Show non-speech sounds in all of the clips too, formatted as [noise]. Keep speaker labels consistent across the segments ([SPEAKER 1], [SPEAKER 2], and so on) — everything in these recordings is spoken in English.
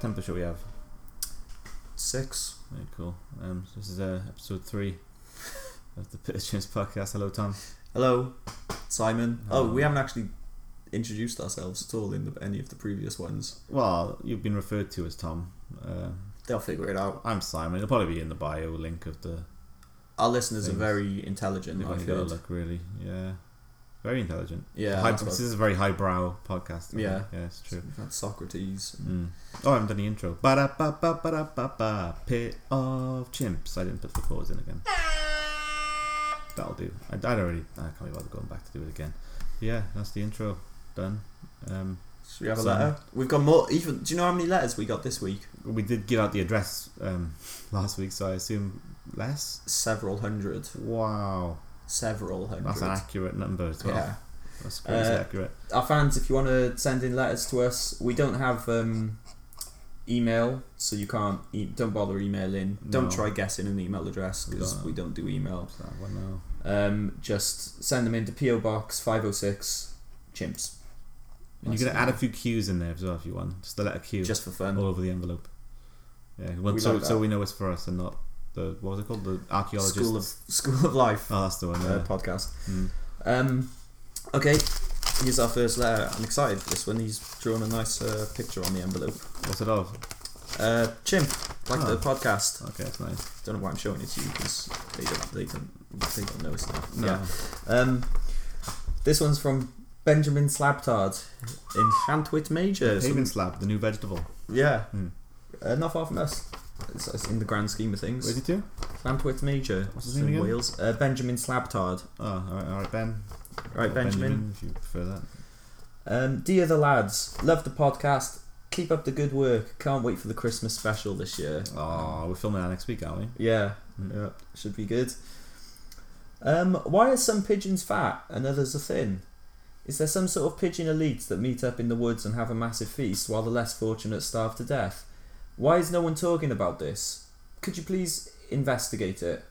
[SPEAKER 1] temperature we have?
[SPEAKER 2] Six.
[SPEAKER 1] Right, cool. Um, this is uh, episode three [laughs] of the Pitch James podcast. Hello, Tom.
[SPEAKER 2] Hello, Simon. Oh,
[SPEAKER 1] Hello.
[SPEAKER 2] we haven't actually introduced ourselves at all in the, any of the previous ones.
[SPEAKER 1] Well, you've been referred to as Tom. Uh,
[SPEAKER 2] They'll figure it out.
[SPEAKER 1] I'm Simon. It'll probably be in the bio link of the.
[SPEAKER 2] Our listeners
[SPEAKER 1] Things.
[SPEAKER 2] are very intelligent.
[SPEAKER 1] They've
[SPEAKER 2] I've
[SPEAKER 1] only got to
[SPEAKER 2] heard.
[SPEAKER 1] look really, yeah, very intelligent.
[SPEAKER 2] Yeah,
[SPEAKER 1] High,
[SPEAKER 2] that's
[SPEAKER 1] this
[SPEAKER 2] what-
[SPEAKER 1] is a very highbrow podcast. I think.
[SPEAKER 2] Yeah.
[SPEAKER 1] yeah, it's true.
[SPEAKER 2] that's Socrates.
[SPEAKER 1] Mm. Oh, I haven't done the intro. Ba da ba ba ba da ba ba. Pit of chimps. I didn't put the pause in again. That'll do. I, I don't really. I can't be bothered going back to do it again. Yeah, that's the intro. Done. Um,
[SPEAKER 2] Should we have a
[SPEAKER 1] Simon.
[SPEAKER 2] letter? We've got more. Even do you know how many letters we got this week?
[SPEAKER 1] we did give out the address um, [laughs] last week, so I assume less.
[SPEAKER 2] Several hundred.
[SPEAKER 1] Wow,
[SPEAKER 2] Several hundred.
[SPEAKER 1] that's an accurate number as well.
[SPEAKER 2] yeah.
[SPEAKER 1] That's crazy
[SPEAKER 2] Uh,
[SPEAKER 1] accurate.
[SPEAKER 2] our fans, if you want to send in letters to us, we don't have um, email, so you can't. E- don't bother emailing.
[SPEAKER 1] No.
[SPEAKER 2] Don't try guessing an email address
[SPEAKER 1] We
[SPEAKER 2] because
[SPEAKER 1] don't.
[SPEAKER 2] we don't do email.
[SPEAKER 1] What's that one now?
[SPEAKER 2] Um, just send them into PO Box five hundred six, Chimps.
[SPEAKER 1] And
[SPEAKER 2] That's
[SPEAKER 1] you're gonna
[SPEAKER 2] it.
[SPEAKER 1] add a few Q's in there as well if you want. Just the letter Q
[SPEAKER 2] just for fun.
[SPEAKER 1] all over the envelope. Yeah, well,
[SPEAKER 2] We
[SPEAKER 1] so
[SPEAKER 2] like
[SPEAKER 1] so
[SPEAKER 2] that.
[SPEAKER 1] we know it's for us and not the what was it called? The archaeologist.
[SPEAKER 2] School of School of Life
[SPEAKER 1] Oh, that's the one.
[SPEAKER 2] uh,
[SPEAKER 1] Yeah.
[SPEAKER 2] podcast.
[SPEAKER 1] Mm.
[SPEAKER 2] Um, okay, here's our first letter. I'm excited for this one. He's drawn a nice uh, picture on the envelope.
[SPEAKER 1] What's it of?
[SPEAKER 2] Uh, chimp, like
[SPEAKER 1] Oh.
[SPEAKER 2] the podcast.
[SPEAKER 1] Okay, that's nice.
[SPEAKER 2] Don't know why I'm showing it to you because they don't, they don't, they don't know it's not.
[SPEAKER 1] No.
[SPEAKER 2] Yeah. Um, this one's from Benjamin Slabtard in Shantwit Major. So-
[SPEAKER 1] Paving slab, the new vegetable.
[SPEAKER 2] yeah,
[SPEAKER 1] Hmm.
[SPEAKER 2] uh, not far from us. It's, it's in the grand scheme of
[SPEAKER 1] Where's
[SPEAKER 2] things.
[SPEAKER 1] he to?
[SPEAKER 2] Shantwit Major.
[SPEAKER 1] What's his
[SPEAKER 2] It's
[SPEAKER 1] name
[SPEAKER 2] in
[SPEAKER 1] again?
[SPEAKER 2] Wales. Uh, Benjamin Slabtard.
[SPEAKER 1] Oh, all right, all right, Ben.
[SPEAKER 2] Right,
[SPEAKER 1] Or
[SPEAKER 2] Benjamin.
[SPEAKER 1] If you prefer that.
[SPEAKER 2] Um, Dear the lads, love the podcast. Keep up the good work. Can't wait for the Christmas special this year.
[SPEAKER 1] Oh, we're filming that next week, aren't we? Mm.
[SPEAKER 2] Yeah, yeah, should be good. Um, why are some pigeons fat and others are thin? Is there some sort of pigeon elites that meet up in the woods and have a massive feast while the less fortunate starve to death? Why is no one talking about this? Could you please investigate it?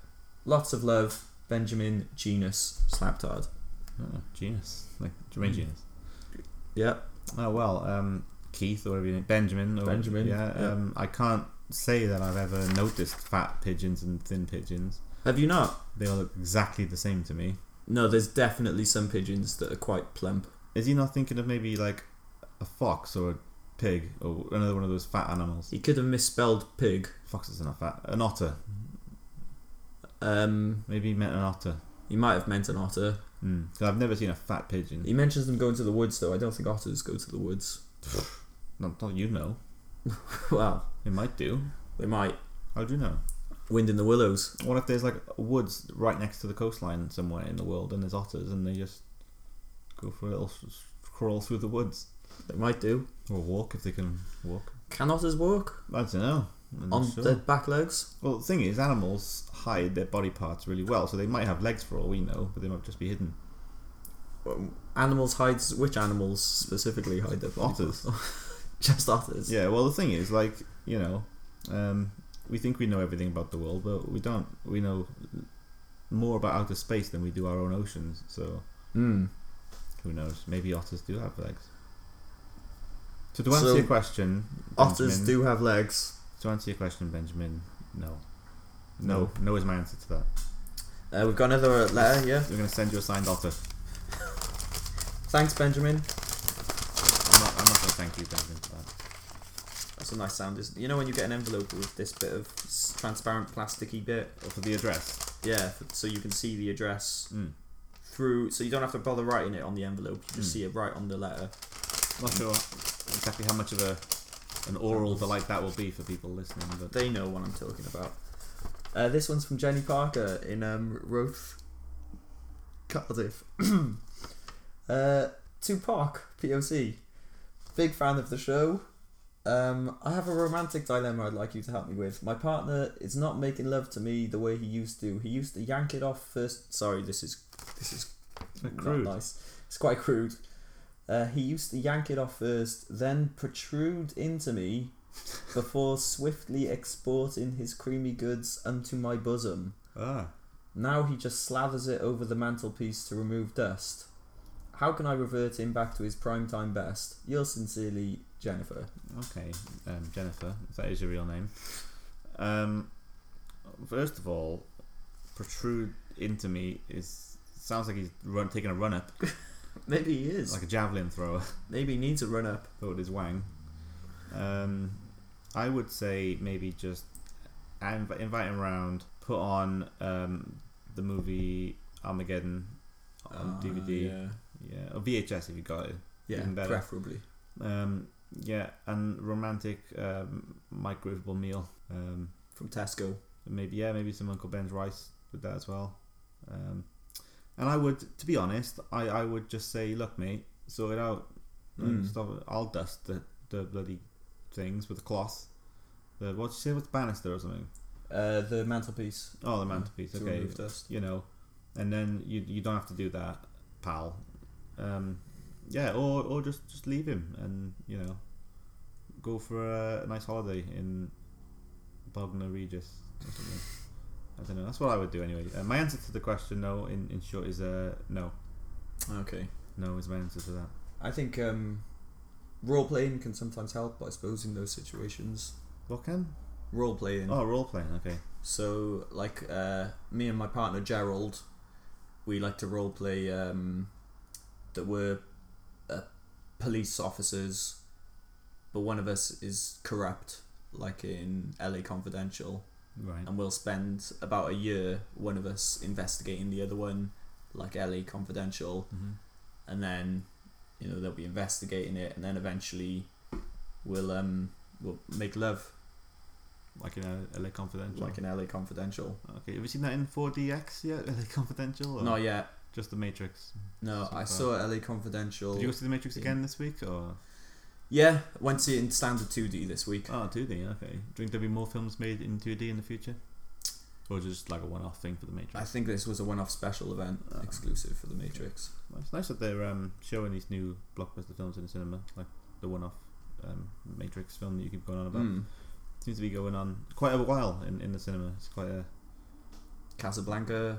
[SPEAKER 2] Lots of love, Benjamin Genus Slaptard.
[SPEAKER 1] Oh, genius. Like Jermaine
[SPEAKER 2] Mm.
[SPEAKER 1] Genius.
[SPEAKER 2] Yeah,
[SPEAKER 1] Oh well, um, Keith or whatever you name, Benjamin. Or,
[SPEAKER 2] Benjamin,
[SPEAKER 1] Yeah,
[SPEAKER 2] yeah.
[SPEAKER 1] Um, I can't say that I've ever noticed fat pigeons and thin pigeons.
[SPEAKER 2] have you not?
[SPEAKER 1] They all look exactly the same to me.
[SPEAKER 2] No, there's definitely some pigeons that are quite plump.
[SPEAKER 1] Is he not thinking of maybe like a fox or a pig or another one of those fat animals?
[SPEAKER 2] He could have misspelled pig.
[SPEAKER 1] Foxes are not fat. An otter.
[SPEAKER 2] Um,
[SPEAKER 1] Maybe he meant an otter.
[SPEAKER 2] he might have meant an otter.
[SPEAKER 1] Mm. 'Cause I've never seen a fat pigeon.
[SPEAKER 2] He mentions them going to the woods, though. I don't think otters go to the woods. [laughs]
[SPEAKER 1] Not, not you know.
[SPEAKER 2] well,
[SPEAKER 1] It might do.
[SPEAKER 2] they might.
[SPEAKER 1] How do you know?
[SPEAKER 2] Wind in the willows.
[SPEAKER 1] What if there's like woods right next to the coastline somewhere in the world and there's otters and they just go for a little s- s- crawl through the woods
[SPEAKER 2] They might do.
[SPEAKER 1] or walk if they can walk?
[SPEAKER 2] Can otters walk
[SPEAKER 1] I don't know. I'm not
[SPEAKER 2] on
[SPEAKER 1] sure.
[SPEAKER 2] their back legs?
[SPEAKER 1] Well, the thing is, animals hide their body parts really well, so they might have legs for all we know, but they might just be hidden.
[SPEAKER 2] Um, Animals hide. Which animals specifically hide their body
[SPEAKER 1] Otters.
[SPEAKER 2] parts? [laughs] Just otters.
[SPEAKER 1] Yeah, well, the thing is, like, you know, um, we think we know everything about the world, but we don't. We know more about outer space than we do our own oceans, so
[SPEAKER 2] Mm.
[SPEAKER 1] who knows? Maybe otters do have legs. So, to answer
[SPEAKER 2] So,
[SPEAKER 1] your question,
[SPEAKER 2] Otters
[SPEAKER 1] Benjamin-
[SPEAKER 2] do have legs.
[SPEAKER 1] To answer your question, Benjamin, no. No, no is my answer to that.
[SPEAKER 2] Uh, we've got another letter here.
[SPEAKER 1] We're going to send you a signed otter.
[SPEAKER 2] Thanks, Benjamin.
[SPEAKER 1] I'm not, I'm not going to thank you, Benjamin, for that.
[SPEAKER 2] That's a nice sound, isn't it? You know when you get an envelope with this bit of s- transparent plasticky bit?
[SPEAKER 1] Or for the address.
[SPEAKER 2] Yeah, f- so you can see the address
[SPEAKER 1] Mm.
[SPEAKER 2] through. So you don't have to bother writing it on the envelope. You just
[SPEAKER 1] Mm.
[SPEAKER 2] see it right on the letter.
[SPEAKER 1] Not sure exactly how much of a an oral delight that will be for people listening, but
[SPEAKER 2] They know what I'm talking about. Uh, this one's from Jenny Parker in um, Roth, Cardiff. [clears throat] uh, Tupac, POC. Big fan of the show. Um, I have a romantic dilemma I'd like you to help me with. My partner is not making love to me the way he used to. He used to yank it off first. Sorry, this is this is
[SPEAKER 1] Quite
[SPEAKER 2] not
[SPEAKER 1] crude.
[SPEAKER 2] nice. It's quite crude. Uh, he used to yank it off first, then protrude into me before swiftly exporting his creamy goods unto my bosom.
[SPEAKER 1] ah,
[SPEAKER 2] Now he just slathers it over the mantelpiece to remove dust. How can I revert him back to his prime time best? Yours sincerely, Jennifer.
[SPEAKER 1] Okay, um, Jennifer, if that is your real name. Um, first of all, protrude into me is sounds like he's run, taking a run up,
[SPEAKER 2] Maybe he is.
[SPEAKER 1] like a javelin thrower, [laughs]
[SPEAKER 2] Maybe he needs a run up.
[SPEAKER 1] but with his wang. Um, I would say maybe just uh, inv- invite him round, put on um, the movie Armageddon on
[SPEAKER 2] Ah,
[SPEAKER 1] DVD,
[SPEAKER 2] Yeah,
[SPEAKER 1] yeah, or VHS if you got it.
[SPEAKER 2] yeah
[SPEAKER 1] Even better.
[SPEAKER 2] preferably.
[SPEAKER 1] Um, yeah, and romantic um, microwavable meal. Um,
[SPEAKER 2] From Tesco.
[SPEAKER 1] maybe yeah, maybe some Uncle Ben's rice with that as well. Um, and I would, to be honest, I, I would just say, look, mate, sort it out. Like,
[SPEAKER 2] Mm.
[SPEAKER 1] Stop it. I'll dust the, the bloody things with a cloth. The what you say with the banister or something?
[SPEAKER 2] Uh, the mantelpiece.
[SPEAKER 1] Oh, the mantelpiece.
[SPEAKER 2] Hmm. To
[SPEAKER 1] Okay,
[SPEAKER 2] remove dust.
[SPEAKER 1] you know, and then you you don't have to do that, pal. Um, yeah, or or just just leave him and you know, go for a, nice holiday in Bognor Regis or something. I don't know. That's what I would do anyway. Uh, my answer to the question, though, in, in short, is uh, no.
[SPEAKER 2] Okay.
[SPEAKER 1] No is my answer to that.
[SPEAKER 2] I think um, role playing can sometimes help, I suppose, in those situations.
[SPEAKER 1] What can?
[SPEAKER 2] Role playing.
[SPEAKER 1] Oh, role playing. Okay.
[SPEAKER 2] So, like, uh, me and my partner Gerald, we like to role play um, that we're uh, police officers, but one of us is corrupt, like in LA Confidential,
[SPEAKER 1] Right.
[SPEAKER 2] and we'll spend about a year, one of us, investigating the other one, like LA Confidential,
[SPEAKER 1] Mm-hmm.
[SPEAKER 2] and then you know they'll be investigating it and then eventually we'll um we'll make love
[SPEAKER 1] Like in a LA Confidential.
[SPEAKER 2] like in LA Confidential.
[SPEAKER 1] okay. Have you seen that in 4DX yet? [laughs] LA Confidential? Or
[SPEAKER 2] Not yet.
[SPEAKER 1] Just The Matrix.
[SPEAKER 2] No, I saw LA Confidential.
[SPEAKER 1] Did you go see The Matrix again this week or?
[SPEAKER 2] Yeah, went to see it in standard 2D this week.
[SPEAKER 1] Oh, 2D, okay. Do you think there'll be more films made in 2D in the future? Or just like a one off thing for The Matrix?
[SPEAKER 2] I think this was a one-off special event
[SPEAKER 1] Ah.
[SPEAKER 2] exclusive for the Matrix.
[SPEAKER 1] Well, it's nice that they're um, showing these new blockbuster films in the cinema, like the one off um, Matrix film that you keep going on about.
[SPEAKER 2] Mm.
[SPEAKER 1] Seems to be going on quite a while in, in the cinema. It's quite a.
[SPEAKER 2] Casablanca,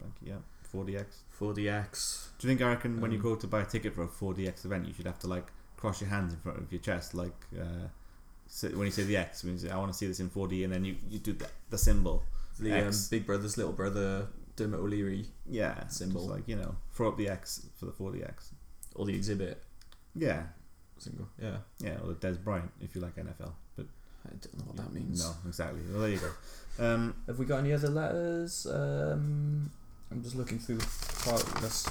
[SPEAKER 1] Like, yeah, 4DX.
[SPEAKER 2] 4DX.
[SPEAKER 1] Do you think, I reckon, when you
[SPEAKER 2] Um,
[SPEAKER 1] go to buy a ticket for a 4DX event, you should have to like cross your hands in front of your chest, like uh, say- when you say the X, when you say, I want to see this in 4D, and then you, you do the, the symbol.
[SPEAKER 2] The um,
[SPEAKER 1] X.
[SPEAKER 2] Big Brother's Little Brother, Dermot O'Leary,
[SPEAKER 1] Yeah,
[SPEAKER 2] Symbol.
[SPEAKER 1] Just like, you know, throw up the X for the 4DX.
[SPEAKER 2] or the exhibit.
[SPEAKER 1] Yeah,
[SPEAKER 2] Single. Yeah.
[SPEAKER 1] yeah, or Des Bryant if you like NFL. But
[SPEAKER 2] I don't know what that means.
[SPEAKER 1] no, exactly. Well, there you go. Um,
[SPEAKER 2] Have we got any other letters? Um, I'm just looking through the part that's.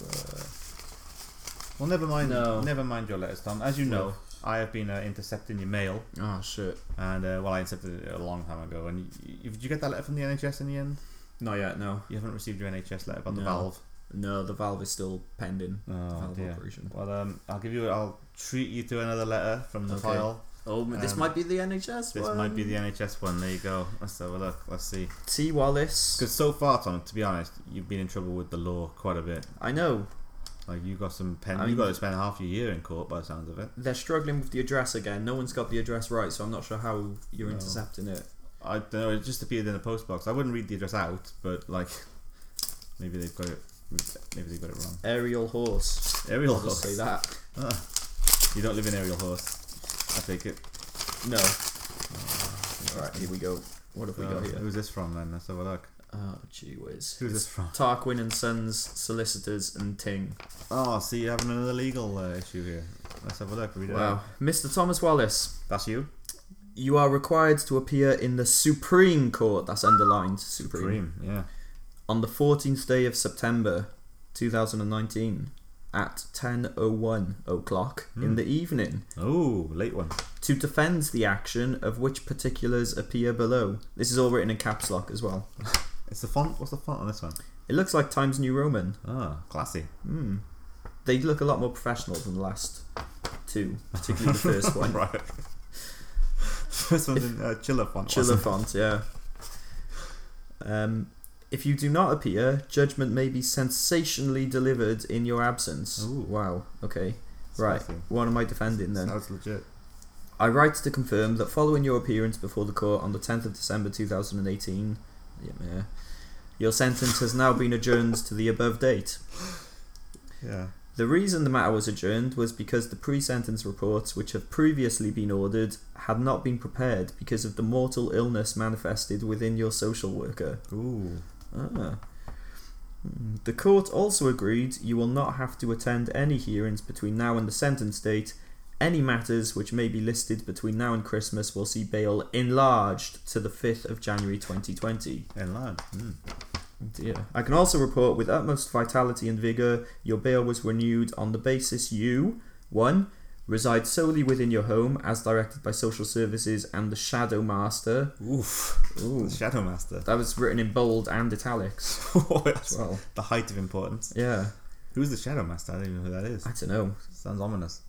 [SPEAKER 2] uh,
[SPEAKER 1] well, never mind.
[SPEAKER 2] No.
[SPEAKER 1] Never mind your letters, Tom. As you know, I have been uh, intercepting your mail,
[SPEAKER 2] Oh shit!
[SPEAKER 1] and uh, well, I intercepted it a long time ago. And y y did you get that letter from the NHS in the end?
[SPEAKER 2] Not yet. No,
[SPEAKER 1] You haven't received your NHS letter about the
[SPEAKER 2] No.
[SPEAKER 1] valve.
[SPEAKER 2] no. The valve is still pending.
[SPEAKER 1] Oh
[SPEAKER 2] valve
[SPEAKER 1] dear.
[SPEAKER 2] operation.
[SPEAKER 1] Well, um, I'll give you. I'll treat you to another letter from the
[SPEAKER 2] Okay.
[SPEAKER 1] file.
[SPEAKER 2] Oh, this
[SPEAKER 1] Um,
[SPEAKER 2] might be the NHS
[SPEAKER 1] This
[SPEAKER 2] one.
[SPEAKER 1] might be the NHS one. There you go. Let's have a look. Let's see.
[SPEAKER 2] T Wallace.
[SPEAKER 1] Because so far, Tom, to be honest, you've been in trouble with the law quite a bit.
[SPEAKER 2] I know
[SPEAKER 1] Like you got some pen.
[SPEAKER 2] I
[SPEAKER 1] you
[SPEAKER 2] mean-
[SPEAKER 1] got to spend half your year in court by the sounds of it.
[SPEAKER 2] they're struggling with the address again. No one's got the address right, so I'm not sure how you're
[SPEAKER 1] No.
[SPEAKER 2] intercepting it.
[SPEAKER 1] I don't know. It just appeared in the post box. I wouldn't read the address out, but like [laughs] maybe they've got it. Maybe they've got it wrong.
[SPEAKER 2] Aerial horse.
[SPEAKER 1] Ariel
[SPEAKER 2] I'll
[SPEAKER 1] horse.
[SPEAKER 2] just say that.
[SPEAKER 1] Ah. you don't live in Ariel horse. I take it.
[SPEAKER 2] No. All right, here we go. What have we
[SPEAKER 1] Uh,
[SPEAKER 2] got here?
[SPEAKER 1] Who's this from then? Let's have a look.
[SPEAKER 2] Oh, gee whiz.
[SPEAKER 1] Who's this from?
[SPEAKER 2] Tarquin and Sons solicitors and Ting.
[SPEAKER 1] Oh, see, you're having another legal uh, issue here. Let's have a look. Read it
[SPEAKER 2] Wow.
[SPEAKER 1] out.
[SPEAKER 2] Mr. Thomas Wallace,
[SPEAKER 1] That's you.
[SPEAKER 2] you are required to appear in the Supreme Court, that's underlined, Supreme,
[SPEAKER 1] Cream. Yeah.
[SPEAKER 2] on the 14th day of September 2019 at 10.01 o'clock
[SPEAKER 1] Hmm.
[SPEAKER 2] in the evening
[SPEAKER 1] Oh, late one.
[SPEAKER 2] to defend the action of which particulars appear below. This is all written in caps lock as well.
[SPEAKER 1] It's the font. What's the font on this one?
[SPEAKER 2] It looks like Times New Roman.
[SPEAKER 1] Ah, classy.
[SPEAKER 2] Hmm. They look a lot more professional than the last two, particularly the
[SPEAKER 1] [laughs]
[SPEAKER 2] first one.
[SPEAKER 1] right. First one's in uh, chiller font.
[SPEAKER 2] Chiller
[SPEAKER 1] wasn't
[SPEAKER 2] font, yeah. Um, if you do not appear, judgment may be sensationally delivered in your absence.
[SPEAKER 1] Ooh.
[SPEAKER 2] Wow. Okay.
[SPEAKER 1] it?
[SPEAKER 2] Right.
[SPEAKER 1] Spicy.
[SPEAKER 2] What am I defending then?
[SPEAKER 1] Sounds legit.
[SPEAKER 2] I write to confirm that following your appearance before the court on the 10th of December 2018, yeah, yeah, your sentence has now been adjourned to the above date.
[SPEAKER 1] Yeah.
[SPEAKER 2] The reason the matter was adjourned was because the pre sentence reports, which have previously been ordered, had not been prepared because of the mortal illness manifested within your social worker.
[SPEAKER 1] Ooh.
[SPEAKER 2] Ah. Hmm. The court also agreed you will not have to attend any hearings between now and the sentence date. Any matters which may be listed between now and Christmas will see bail enlarged to the 5th of January 2020.
[SPEAKER 1] Enlarged. Mm.
[SPEAKER 2] Dear. I can also report with utmost vitality and vigour your bail was renewed on the basis you, 1. Reside solely within your home as directed by social services and the Shadow Master.
[SPEAKER 1] Oof.
[SPEAKER 2] Ooh.
[SPEAKER 1] Shadow Master. [laughs]
[SPEAKER 2] That was written in bold and italics as
[SPEAKER 1] That's
[SPEAKER 2] well.
[SPEAKER 1] the height of importance.
[SPEAKER 2] Yeah,
[SPEAKER 1] Who's the Shadow Master? I don't even know who that is.
[SPEAKER 2] I don't know.
[SPEAKER 1] Sounds ominous.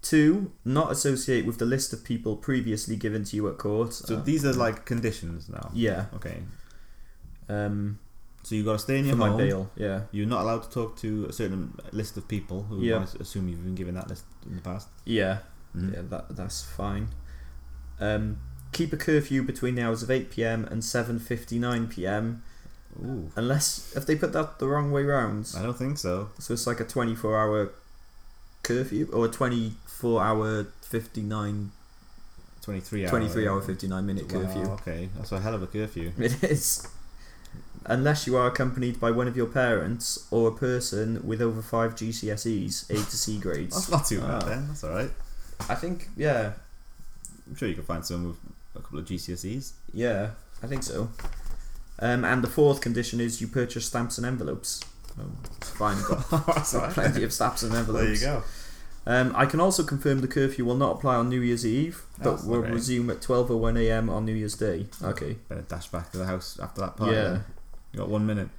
[SPEAKER 2] Two, not associate with the list of people previously given to you at court.
[SPEAKER 1] So
[SPEAKER 2] Uh,
[SPEAKER 1] these are like conditions now.
[SPEAKER 2] yeah,
[SPEAKER 1] Okay.
[SPEAKER 2] um,
[SPEAKER 1] So you got to stay in
[SPEAKER 2] for
[SPEAKER 1] your
[SPEAKER 2] my
[SPEAKER 1] home.
[SPEAKER 2] bail. Yeah,
[SPEAKER 1] You're not allowed to talk to a certain list of people who
[SPEAKER 2] Yeah.
[SPEAKER 1] I s- assume you've been given that list in the past.
[SPEAKER 2] yeah,
[SPEAKER 1] Mm.
[SPEAKER 2] yeah. That that's fine. Um, keep a curfew between the hours of eight pm and seven fifty nine pm,
[SPEAKER 1] Ooh.
[SPEAKER 2] unless if they put that the wrong way round.
[SPEAKER 1] I don't think so.
[SPEAKER 2] So it's like a twenty four hour curfew or a twenty four hour 59
[SPEAKER 1] 23 hour.
[SPEAKER 2] 23 hour 59 minute
[SPEAKER 1] Wow,
[SPEAKER 2] curfew
[SPEAKER 1] okay. That's a hell of a curfew.
[SPEAKER 2] [laughs] It is. Unless you are accompanied by one of your parents or a person with over five GCSEs, A to C
[SPEAKER 1] That's
[SPEAKER 2] grades.
[SPEAKER 1] not too bad
[SPEAKER 2] Ah.
[SPEAKER 1] then. That's all right.
[SPEAKER 2] I think, yeah,
[SPEAKER 1] I'm sure you can find someone with a couple of GCSEs.
[SPEAKER 2] yeah, I think so. Um, and the fourth condition is you purchase stamps and envelopes. Oh, fine, got
[SPEAKER 1] [laughs] That's all right.
[SPEAKER 2] plenty of stamps and envelopes.
[SPEAKER 1] There you go.
[SPEAKER 2] Um, I can also confirm the curfew will not apply on New Year's Eve,
[SPEAKER 1] Oh,
[SPEAKER 2] but will
[SPEAKER 1] okay.
[SPEAKER 2] resume at 12.01 am on New Year's Day. Okay.
[SPEAKER 1] Better dash back to the house after that party.
[SPEAKER 2] Yeah.
[SPEAKER 1] then. You got one minute.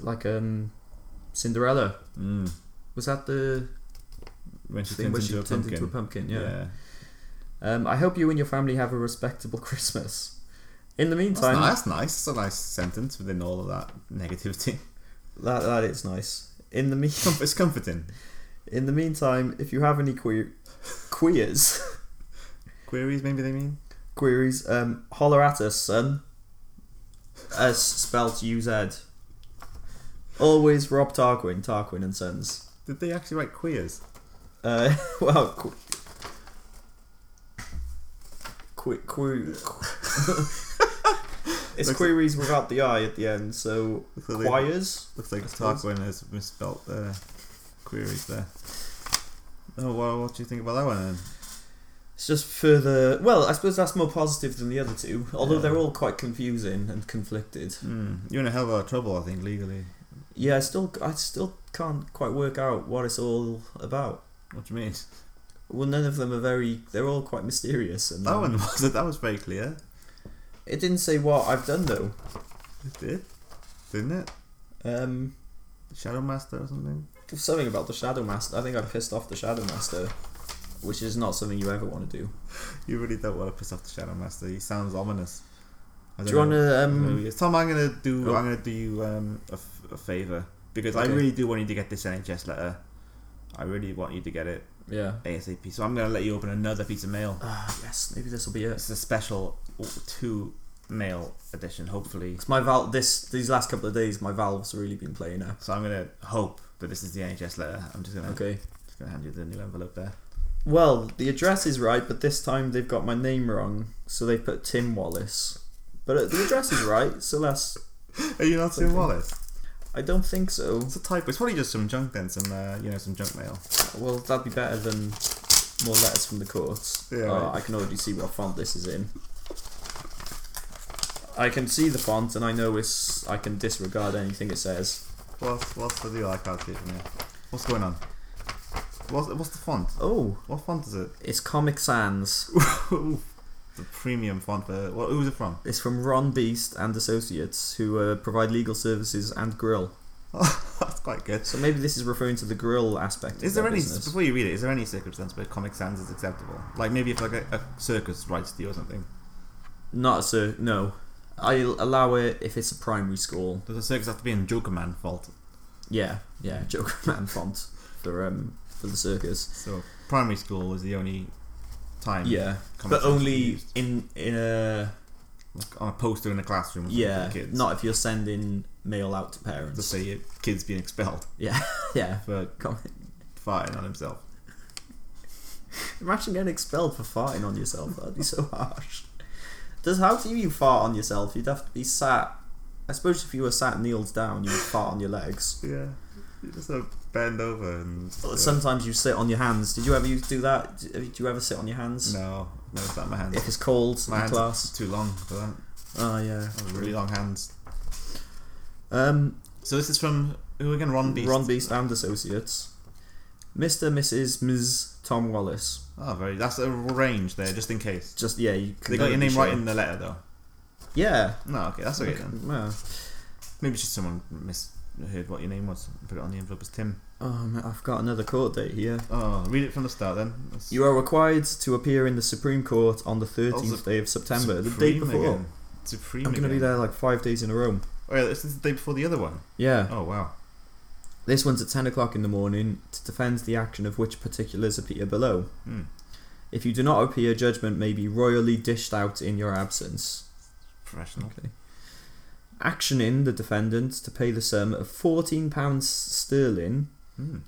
[SPEAKER 2] Like um, Cinderella.
[SPEAKER 1] Mm.
[SPEAKER 2] Was that the
[SPEAKER 1] When she
[SPEAKER 2] thing where
[SPEAKER 1] turns
[SPEAKER 2] she
[SPEAKER 1] into a
[SPEAKER 2] turned
[SPEAKER 1] pumpkin.
[SPEAKER 2] into a pumpkin? yeah. Um, I hope you and your family have a respectable [laughs] Christmas. In the
[SPEAKER 1] That's,
[SPEAKER 2] meantime,
[SPEAKER 1] nice. that's nice. It's a nice sentence within all of that negativity. [laughs]
[SPEAKER 2] that that is nice. In the me-
[SPEAKER 1] Com- it's comforting.
[SPEAKER 2] [laughs] in the meantime, if you have any que- queers [laughs]
[SPEAKER 1] Queries, maybe they mean?
[SPEAKER 2] queries, um, holler at us, son. As spelt U Z. Always Rob Tarquin, Tarquin and Sons.
[SPEAKER 1] Did they actually write queers?
[SPEAKER 2] Uh, [laughs] well, qu- que-
[SPEAKER 1] [laughs]
[SPEAKER 2] que- [laughs] it's queries without the I at the end, so
[SPEAKER 1] So they-
[SPEAKER 2] choirs.
[SPEAKER 1] Looks like
[SPEAKER 2] I suppose.
[SPEAKER 1] Tarquin has misspelt the queries there. Oh, well, what do you think about that one then?
[SPEAKER 2] It's just further. Well, I suppose that's more positive than the other two, although
[SPEAKER 1] Yeah.
[SPEAKER 2] they're all quite confusing and conflicted.
[SPEAKER 1] Hmm, You're in a hell of a lot of trouble, I think, legally.
[SPEAKER 2] Yeah, I still, I still can't quite work out what it's all about.
[SPEAKER 1] What do you
[SPEAKER 2] [laughs]
[SPEAKER 1] mean?
[SPEAKER 2] Well, none of them are very. They're all quite mysterious. And
[SPEAKER 1] That
[SPEAKER 2] um,
[SPEAKER 1] one was that was very clear.
[SPEAKER 2] It didn't say what I've done though.
[SPEAKER 1] It did, didn't it?
[SPEAKER 2] Um,
[SPEAKER 1] Shadow Master or something.
[SPEAKER 2] something about the Shadow Master. I think I pissed off the Shadow Master, which is not something you ever want to do.
[SPEAKER 1] You really don't want to piss off the Shadow Master. He sounds ominous. I
[SPEAKER 2] Do
[SPEAKER 1] don't
[SPEAKER 2] you want
[SPEAKER 1] know.
[SPEAKER 2] to?
[SPEAKER 1] I don't know who
[SPEAKER 2] Um,
[SPEAKER 1] he is. Tom, I'm gonna do.
[SPEAKER 2] Oh.
[SPEAKER 1] I'm gonna do you um, a, f- a favor because I
[SPEAKER 2] Okay.
[SPEAKER 1] really do want you to get this NHS letter. I really want you to get it
[SPEAKER 2] yeah.
[SPEAKER 1] ASAP. So I'm gonna let you open another piece of mail.
[SPEAKER 2] Ah, yes. Maybe this will be it.
[SPEAKER 1] It's a special two mail edition, hopefully.
[SPEAKER 2] It's my val. This these last couple of days, my valves really been playing up.
[SPEAKER 1] So I'm gonna hope that this is the NHS letter. I'm just gonna,
[SPEAKER 2] Okay.
[SPEAKER 1] just gonna hand you the new envelope there.
[SPEAKER 2] Well, the address is right, but this time they've got my name wrong, so they put Tim Wallace. But uh, the address is right, so that's.
[SPEAKER 1] Are you not
[SPEAKER 2] seeing
[SPEAKER 1] seeing Wallace?
[SPEAKER 2] I don't think so.
[SPEAKER 1] It's a type. It's probably just some junk then, some uh, you know, some junk mail.
[SPEAKER 2] Well, that'd be better than more letters from the courts.
[SPEAKER 1] Yeah,
[SPEAKER 2] Oh,
[SPEAKER 1] right.
[SPEAKER 2] I can already see what font this is in. I can see the font, and I know it's. I can disregard anything it says.
[SPEAKER 1] What's what's the deal? I can't see it from here. What's going on? What's what's the font?
[SPEAKER 2] Oh,
[SPEAKER 1] What font is it? [laughs]
[SPEAKER 2] it's Comic Sans.
[SPEAKER 1] the premium font. For, what, who's it from? [laughs]
[SPEAKER 2] It's from Ron Beast and Associates, who uh, provide legal services and grill.
[SPEAKER 1] That's quite good.
[SPEAKER 2] So maybe this is referring to the grill aspect. Of
[SPEAKER 1] Is there
[SPEAKER 2] their
[SPEAKER 1] any
[SPEAKER 2] business.
[SPEAKER 1] before you read it? Is there any circumstance where Comic Sans is acceptable? Like maybe if like a, a circus writes to you or something.
[SPEAKER 2] Not a cir- no. I allow it if it's a primary school.
[SPEAKER 1] Does a circus have to be in Joker Man fault?
[SPEAKER 2] Yeah, yeah, Joker Man font for um for the circus.
[SPEAKER 1] So primary school is the only time.
[SPEAKER 2] Yeah,
[SPEAKER 1] Comic Sans
[SPEAKER 2] but
[SPEAKER 1] is
[SPEAKER 2] only
[SPEAKER 1] used.
[SPEAKER 2] in in a
[SPEAKER 1] like on a poster in a classroom. Or something
[SPEAKER 2] Yeah,
[SPEAKER 1] for the kids.
[SPEAKER 2] not if you're sending mail out to parents.
[SPEAKER 1] Just say your kid's being expelled [laughs]
[SPEAKER 2] yeah, yeah.
[SPEAKER 1] for
[SPEAKER 2] Come-
[SPEAKER 1] farting on himself.
[SPEAKER 2] Imagine getting expelled for farting on yourself. That'd be so [laughs] harsh. Does how do you fart on yourself? You'd have to be sat. I suppose if you were sat kneeled down, you would fart on your legs.
[SPEAKER 1] Yeah, you just sort of bend over and. uh,
[SPEAKER 2] But sometimes you sit on your hands. Did you ever use- do that? Did you ever sit on your hands?
[SPEAKER 1] No, no, it's not my hands.
[SPEAKER 2] If it's cold in
[SPEAKER 1] My hands are
[SPEAKER 2] class.
[SPEAKER 1] too long for that.
[SPEAKER 2] Oh yeah.
[SPEAKER 1] I have really long hands.
[SPEAKER 2] Um,
[SPEAKER 1] So this is from who again? Ron Beast.
[SPEAKER 2] Ron Beast and Associates, Mister, Mrs, Ms, Tom Wallace.
[SPEAKER 1] Oh, very. That's a range there, just in case.
[SPEAKER 2] Just yeah, you can
[SPEAKER 1] They got
[SPEAKER 2] never
[SPEAKER 1] your
[SPEAKER 2] be
[SPEAKER 1] name right
[SPEAKER 2] sure.
[SPEAKER 1] in the letter though.
[SPEAKER 2] Yeah.
[SPEAKER 1] No, okay, that's okay
[SPEAKER 2] Okay,
[SPEAKER 1] then.
[SPEAKER 2] yeah.
[SPEAKER 1] Maybe just someone misheard what your name was and put it on the envelope as Tim.
[SPEAKER 2] Oh, man, I've got another court date here.
[SPEAKER 1] Oh, read it from the start then. That's-
[SPEAKER 2] You are required to appear in the Supreme Court on the 13th
[SPEAKER 1] Oh, Sup-
[SPEAKER 2] day of September, the day
[SPEAKER 1] Supreme
[SPEAKER 2] before.
[SPEAKER 1] Again. Supreme.
[SPEAKER 2] I'm going to be
[SPEAKER 1] again.
[SPEAKER 2] there like five days in a row.
[SPEAKER 1] Oh, yeah, this is the day before the other one.
[SPEAKER 2] Yeah.
[SPEAKER 1] Oh wow.
[SPEAKER 2] This one's at 10 o'clock in the morning to defend the action of which particulars appear below.
[SPEAKER 1] Hmm.
[SPEAKER 2] If you do not appear, judgment may be royally dished out in your absence.
[SPEAKER 1] Professional.
[SPEAKER 2] Okay. Actioning the defendant to pay the sum of £14 sterling,
[SPEAKER 1] Hmm.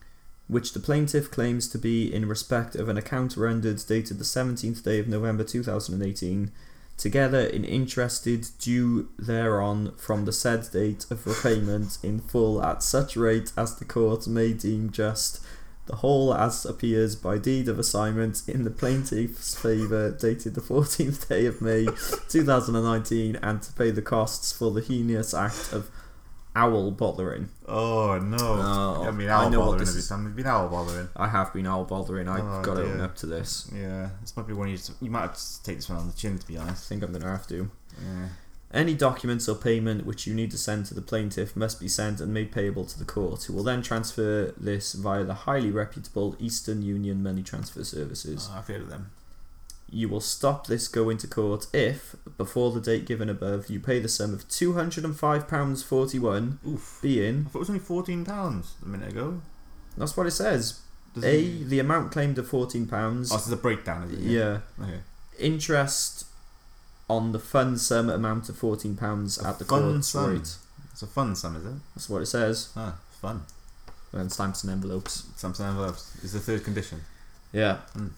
[SPEAKER 2] which the plaintiff claims to be in respect of an account rendered dated the 17th day of November 2018, together in interested due thereon from the said date of repayment in full at such rate as the court may deem just, the whole as appears by deed of assignment in the plaintiff's favour dated the 14th day of May 2019, and to pay the costs for the heinous act of owl bothering.
[SPEAKER 1] Oh no.
[SPEAKER 2] Oh,
[SPEAKER 1] I mean,
[SPEAKER 2] I
[SPEAKER 1] owl
[SPEAKER 2] know what
[SPEAKER 1] bothering
[SPEAKER 2] this
[SPEAKER 1] every
[SPEAKER 2] is.
[SPEAKER 1] time. We've been owl bothering.
[SPEAKER 2] I have been owl bothering. I've
[SPEAKER 1] Oh,
[SPEAKER 2] got to own
[SPEAKER 1] dear.
[SPEAKER 2] up to this.
[SPEAKER 1] Yeah, this might be one you just, you might have to take this one on the chin to be
[SPEAKER 2] I
[SPEAKER 1] honest.
[SPEAKER 2] think I'm going to have to.
[SPEAKER 1] Yeah.
[SPEAKER 2] Any documents or payment which you need to send to the plaintiff must be sent and made payable to the court, who will then transfer this via the highly reputable Eastern Union Money Transfer Services.
[SPEAKER 1] Oh, I've heard of them.
[SPEAKER 2] You will stop this going to court if, before the date given above, you pay the sum of £205.41,
[SPEAKER 1] Oof. I
[SPEAKER 2] being,
[SPEAKER 1] thought it was only fourteen pounds a minute ago.
[SPEAKER 2] that's what it says,
[SPEAKER 1] Does
[SPEAKER 2] A,
[SPEAKER 1] it-
[SPEAKER 2] the amount claimed of £14.
[SPEAKER 1] Oh, so the breakdown is it?
[SPEAKER 2] yeah.
[SPEAKER 1] Okay.
[SPEAKER 2] interest on the fund sum amount of fourteen pounds
[SPEAKER 1] The
[SPEAKER 2] at the
[SPEAKER 1] fund
[SPEAKER 2] court's
[SPEAKER 1] sum.
[SPEAKER 2] rate.
[SPEAKER 1] It's a fun sum, is it?
[SPEAKER 2] That's what it says.
[SPEAKER 1] Ah, fun.
[SPEAKER 2] And then stamps and envelopes.
[SPEAKER 1] Stamps and envelopes is the third condition.
[SPEAKER 2] Yeah.
[SPEAKER 1] Mm.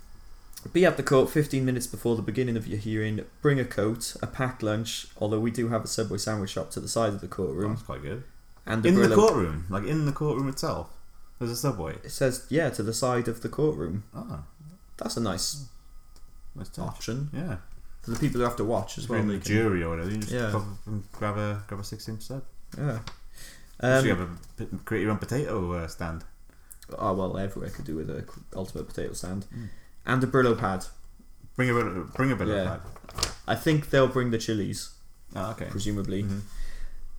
[SPEAKER 2] Be at the court fifteen minutes before the beginning of your hearing. Bring a coat, a packed lunch, although we do have a Subway sandwich shop to the side of the courtroom,
[SPEAKER 1] That's quite good.
[SPEAKER 2] and a
[SPEAKER 1] In the
[SPEAKER 2] Brillo-
[SPEAKER 1] courtroom, like in the courtroom itself, there's a subway.
[SPEAKER 2] It says yeah to the side of the courtroom.
[SPEAKER 1] Ah,
[SPEAKER 2] That's a nice
[SPEAKER 1] nice touch.
[SPEAKER 2] option
[SPEAKER 1] Yeah.
[SPEAKER 2] for the people who have to watch as
[SPEAKER 1] Just
[SPEAKER 2] Oh, well.
[SPEAKER 1] in the
[SPEAKER 2] they can-
[SPEAKER 1] jury or whatever, you just
[SPEAKER 2] Yeah.
[SPEAKER 1] grab, grab a grab a six inch sub.
[SPEAKER 2] Yeah.
[SPEAKER 1] Um,
[SPEAKER 2] Um,
[SPEAKER 1] you have a p- create your own potato uh, stand.
[SPEAKER 2] oh well, everywhere could do with a qu- ultimate potato stand
[SPEAKER 1] Mm.
[SPEAKER 2] and a Brillo pad.
[SPEAKER 1] Bring a bit, bring a bit
[SPEAKER 2] Yeah.
[SPEAKER 1] of that.
[SPEAKER 2] I think they'll bring the chilies,
[SPEAKER 1] Ah, okay.
[SPEAKER 2] presumably.
[SPEAKER 1] Mhm.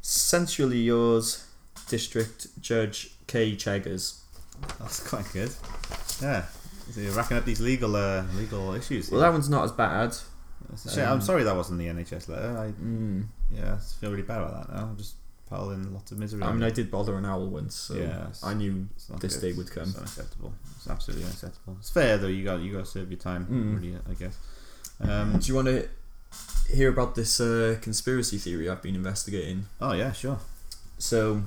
[SPEAKER 2] Sensually yours, District Judge K. Cheggers.
[SPEAKER 1] That's quite good. Yeah. So you're racking up these legal uh, legal issues.
[SPEAKER 2] Well, that one's not as bad.
[SPEAKER 1] It's a shame. I'm
[SPEAKER 2] um,
[SPEAKER 1] sorry that wasn't the NHS letter. I
[SPEAKER 2] Mm.
[SPEAKER 1] yeah, I feel really bad about that now. I'm just piling lots of misery.
[SPEAKER 2] I
[SPEAKER 1] on
[SPEAKER 2] mean,
[SPEAKER 1] it.
[SPEAKER 2] I did bother an owl once, so
[SPEAKER 1] Yeah, it's-
[SPEAKER 2] I knew.
[SPEAKER 1] It's not
[SPEAKER 2] this
[SPEAKER 1] good.
[SPEAKER 2] day would come.
[SPEAKER 1] It's unacceptable. It's absolutely unacceptable. It's fair though. You got you got to serve your time.
[SPEAKER 2] Mm.
[SPEAKER 1] Really, I guess. Um,
[SPEAKER 2] Do you want to hear about this uh, conspiracy theory I've been investigating?
[SPEAKER 1] oh yeah, sure.
[SPEAKER 2] So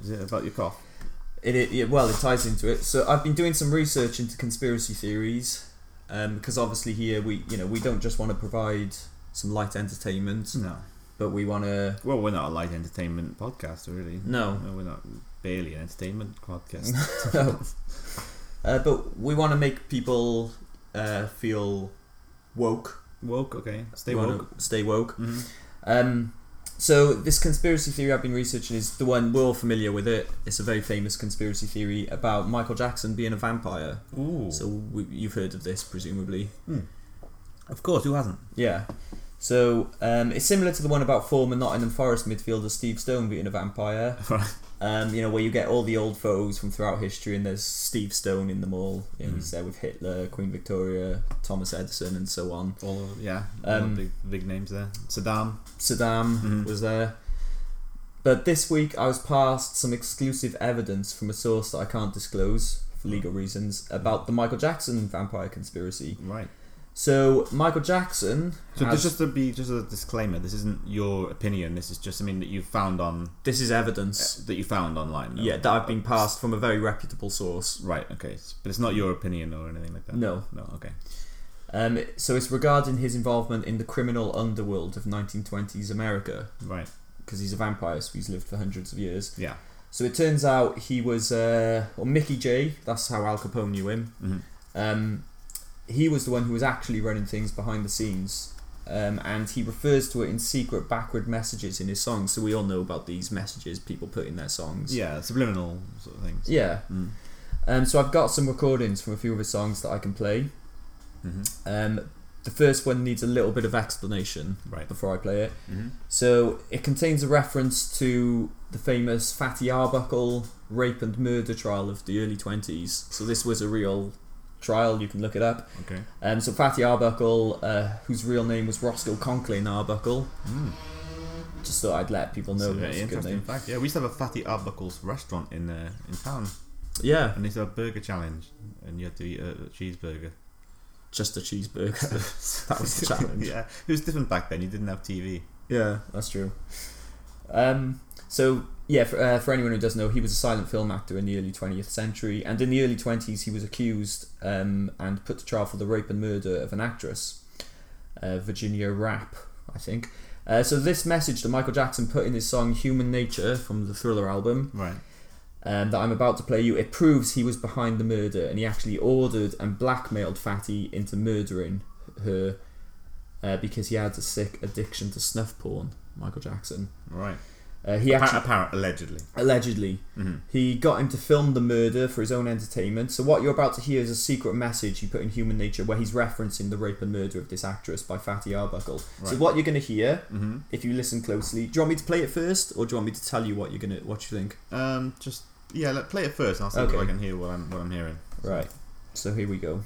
[SPEAKER 1] Is it about your cough?
[SPEAKER 2] It, it, it well, it ties into it. So I've been doing some research into conspiracy theories, um, because obviously here we, you know, we don't just want to provide some light entertainment,
[SPEAKER 1] No.
[SPEAKER 2] but we want to.
[SPEAKER 1] Well, we're not a light entertainment podcast, really.
[SPEAKER 2] No,
[SPEAKER 1] No, we're not. Barely an entertainment podcast.
[SPEAKER 2] [laughs] No. [laughs] Uh, but we want to make people uh, feel woke.
[SPEAKER 1] woke, okay. Stay
[SPEAKER 2] We wanna
[SPEAKER 1] woke.
[SPEAKER 2] Stay woke.
[SPEAKER 1] hmm
[SPEAKER 2] Um, so this conspiracy theory I've been researching is the one we're all familiar with. It. It's a very famous conspiracy theory about Michael Jackson being a vampire.
[SPEAKER 1] Ooh.
[SPEAKER 2] So we, you've heard of this, presumably.
[SPEAKER 1] of course, who hasn't?
[SPEAKER 2] Yeah. So um, it's similar to the one about former Nottingham Forest midfielder Steve Stone being a vampire.
[SPEAKER 1] [laughs] Right.
[SPEAKER 2] Um, you know where you get all the old photos from throughout history, and there's Steve Stone in them all. You know,
[SPEAKER 1] Mm.
[SPEAKER 2] He's there with Hitler, Queen Victoria, Thomas Edison, and so on.
[SPEAKER 1] All of, yeah, all
[SPEAKER 2] Um,
[SPEAKER 1] the big, big names there. Saddam.
[SPEAKER 2] Saddam
[SPEAKER 1] Mhm.
[SPEAKER 2] was there. But this week I was passed some exclusive evidence from a source Mm. that I can't disclose for legal reasons about the Michael Jackson vampire conspiracy.
[SPEAKER 1] Right.
[SPEAKER 2] So Michael Jackson.
[SPEAKER 1] So
[SPEAKER 2] has-
[SPEAKER 1] this just to be just as a disclaimer, this isn't your opinion. This is just something that you found on
[SPEAKER 2] this is evidence.
[SPEAKER 1] that you found online. no?
[SPEAKER 2] Yeah, that I've been passed from a very reputable source.
[SPEAKER 1] Right. Okay. S- But it's not your opinion or anything like that.
[SPEAKER 2] No.
[SPEAKER 1] No. Okay.
[SPEAKER 2] Um, so it's regarding his involvement in the criminal underworld of 1920s America,
[SPEAKER 1] Right.
[SPEAKER 2] because he's a vampire, so he's lived for hundreds of years.
[SPEAKER 1] Yeah.
[SPEAKER 2] So it turns out he was, uh, or Mickey J, that's how Al Capone knew him.
[SPEAKER 1] Mhm.
[SPEAKER 2] Um, he was the one who was actually running things behind the scenes. Um, and he refers to it in secret backward messages in his songs. So we all know about these messages people put in their songs.
[SPEAKER 1] Yeah. Subliminal sort of things.
[SPEAKER 2] Yeah.
[SPEAKER 1] Mm.
[SPEAKER 2] Um, so I've got some recordings from a few of his songs that I can play.
[SPEAKER 1] hmm
[SPEAKER 2] Um, the first one needs a little bit of explanation
[SPEAKER 1] Right.
[SPEAKER 2] before I play it.
[SPEAKER 1] hmm
[SPEAKER 2] So it contains a reference to the famous Fatty Arbuckle rape and murder trial of the early 20s. So this was a real trial, you can look it up.
[SPEAKER 1] Okay.
[SPEAKER 2] Um, so Fatty Arbuckle, uh, whose real name was Roscoe Conklin Arbuckle,
[SPEAKER 1] Mm.
[SPEAKER 2] just thought I'd let people know
[SPEAKER 1] It's a
[SPEAKER 2] that's
[SPEAKER 1] very
[SPEAKER 2] a good
[SPEAKER 1] interesting
[SPEAKER 2] name.
[SPEAKER 1] fact. Yeah, we used to have a Fatty Arbuckle's restaurant in uh, in town,
[SPEAKER 2] Yeah,
[SPEAKER 1] and they used to have a burger challenge, and you had to eat a, a cheeseburger.
[SPEAKER 2] [laughs] just a cheeseburger.
[SPEAKER 1] [laughs]
[SPEAKER 2] that was the challenge.
[SPEAKER 1] yeah, it was different back then. You didn't have TV.
[SPEAKER 2] Yeah, that's true. Um, so yeah, for, uh, for anyone who doesn't know, he was a silent film actor in the early 20th century, and in the early 20s, he was accused um, and put to trial for the rape and murder of an actress, uh, Virginia Rapp, I think. Uh, so this message that Michael Jackson put in his song "Human Nature" from the Thriller album
[SPEAKER 1] Right.
[SPEAKER 2] um, that I'm about to play you, it proves he was behind the murder, and he actually ordered and blackmailed Fatty into murdering her uh, because he had a sick addiction to snuff porn. Michael Jackson.
[SPEAKER 1] Right.
[SPEAKER 2] Uh, he
[SPEAKER 1] Appa-
[SPEAKER 2] actually
[SPEAKER 1] apparent, allegedly.
[SPEAKER 2] allegedly
[SPEAKER 1] Mhm.
[SPEAKER 2] he got him to film the murder for his own entertainment. So what you're about to hear is a secret message he put in Human Nature, where he's referencing the rape and murder of this actress by Fatty Arbuckle. So
[SPEAKER 1] Right.
[SPEAKER 2] what you're going to hear,
[SPEAKER 1] hmm
[SPEAKER 2] if you listen closely, do you want me to play it first, or do you want me to tell you what you're gonna what you think?
[SPEAKER 1] Um, just yeah, let play it first. And I'll see
[SPEAKER 2] Okay.
[SPEAKER 1] if I can hear what I'm what I'm hearing.
[SPEAKER 2] Right. So here we go.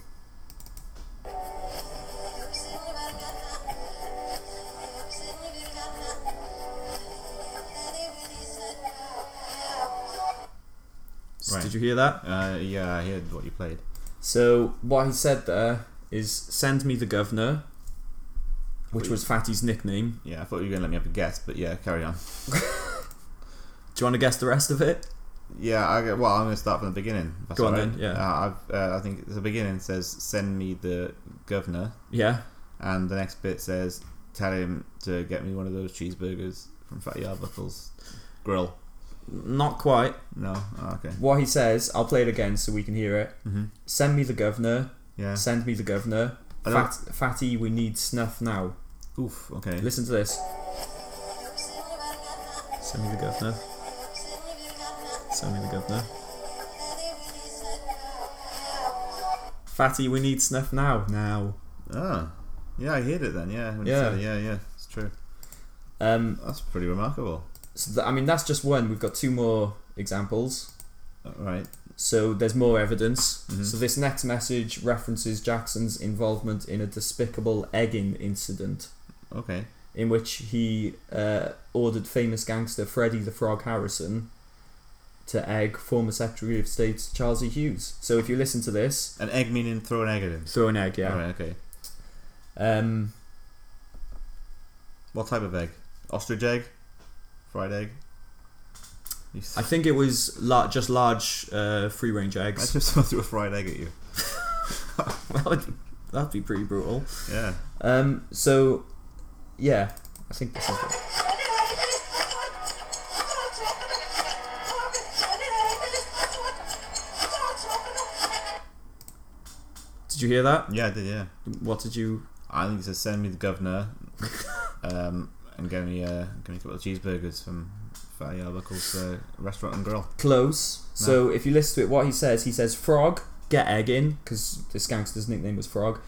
[SPEAKER 2] S-
[SPEAKER 1] Right.
[SPEAKER 2] Did you hear that?
[SPEAKER 1] Uh, yeah, I heard what you played.
[SPEAKER 2] So what he said there is send me the governor, which
[SPEAKER 1] Wait.
[SPEAKER 2] was Fatty's nickname.
[SPEAKER 1] Yeah, I thought you were gonna let me have a guess, but yeah, carry on.
[SPEAKER 2] Do you want to guess the rest of it?
[SPEAKER 1] Yeah, I, well, I'm gonna start from the beginning. if that's
[SPEAKER 2] Go on
[SPEAKER 1] all right.
[SPEAKER 2] then, yeah.
[SPEAKER 1] Uh, I've, uh, I think the beginning says send me the governor,
[SPEAKER 2] Yeah.
[SPEAKER 1] and the next bit says tell him to get me one of those cheeseburgers from Fatty Arbuckle's grill.
[SPEAKER 2] Not quite.
[SPEAKER 1] No, oh, okay.
[SPEAKER 2] What he says, I'll play it again so we can hear it.
[SPEAKER 1] hmm
[SPEAKER 2] Send me the governor.
[SPEAKER 1] Yeah.
[SPEAKER 2] Send me the governor.
[SPEAKER 1] I don't-
[SPEAKER 2] Fat, fatty, we need snuff now.
[SPEAKER 1] Oof. Okay.
[SPEAKER 2] Listen to this. Send me the governor. Send me the governor. Fatty, we need snuff now. Now.
[SPEAKER 1] Ah. Yeah, I heard it then. Yeah. when you
[SPEAKER 2] Yeah.
[SPEAKER 1] said it, Yeah. Yeah. It's true.
[SPEAKER 2] Um,
[SPEAKER 1] That's pretty remarkable.
[SPEAKER 2] so th- I mean, that's just one. We've got two more examples.
[SPEAKER 1] All Uh, right.
[SPEAKER 2] So there's more evidence.
[SPEAKER 1] Mhm.
[SPEAKER 2] So this next message references Jackson's involvement in a despicable egging incident
[SPEAKER 1] Okay.
[SPEAKER 2] in which he uh, ordered famous gangster Freddie the Frog Harrison to egg former Secretary of State Charles E. Hughes. So if you listen to this,
[SPEAKER 1] An egg meaning throw an egg at him.
[SPEAKER 2] throw an egg, yeah.
[SPEAKER 1] All right. Okay.
[SPEAKER 2] Um,
[SPEAKER 1] What type of egg? Ostrich egg? Fried egg? You
[SPEAKER 2] I
[SPEAKER 1] s-
[SPEAKER 2] think it was lar- just large uh, free range
[SPEAKER 1] [laughs] I
[SPEAKER 2] eggs.
[SPEAKER 1] just threw a fried egg at you.
[SPEAKER 2] [laughs] Well, that'd be pretty brutal.
[SPEAKER 1] Yeah.
[SPEAKER 2] Um, so, yeah, I think this is it. Did you hear that?
[SPEAKER 1] Yeah, I did, yeah.
[SPEAKER 2] What did you
[SPEAKER 1] I think it says send me the governor [laughs] um, and get me, uh, get me a couple of cheeseburgers from Fatty Arbuckle's uh, restaurant and grill.
[SPEAKER 2] Close. So if you listen to it, what he says, he says, Frog, get egg in, because this gangster's nickname was Frog.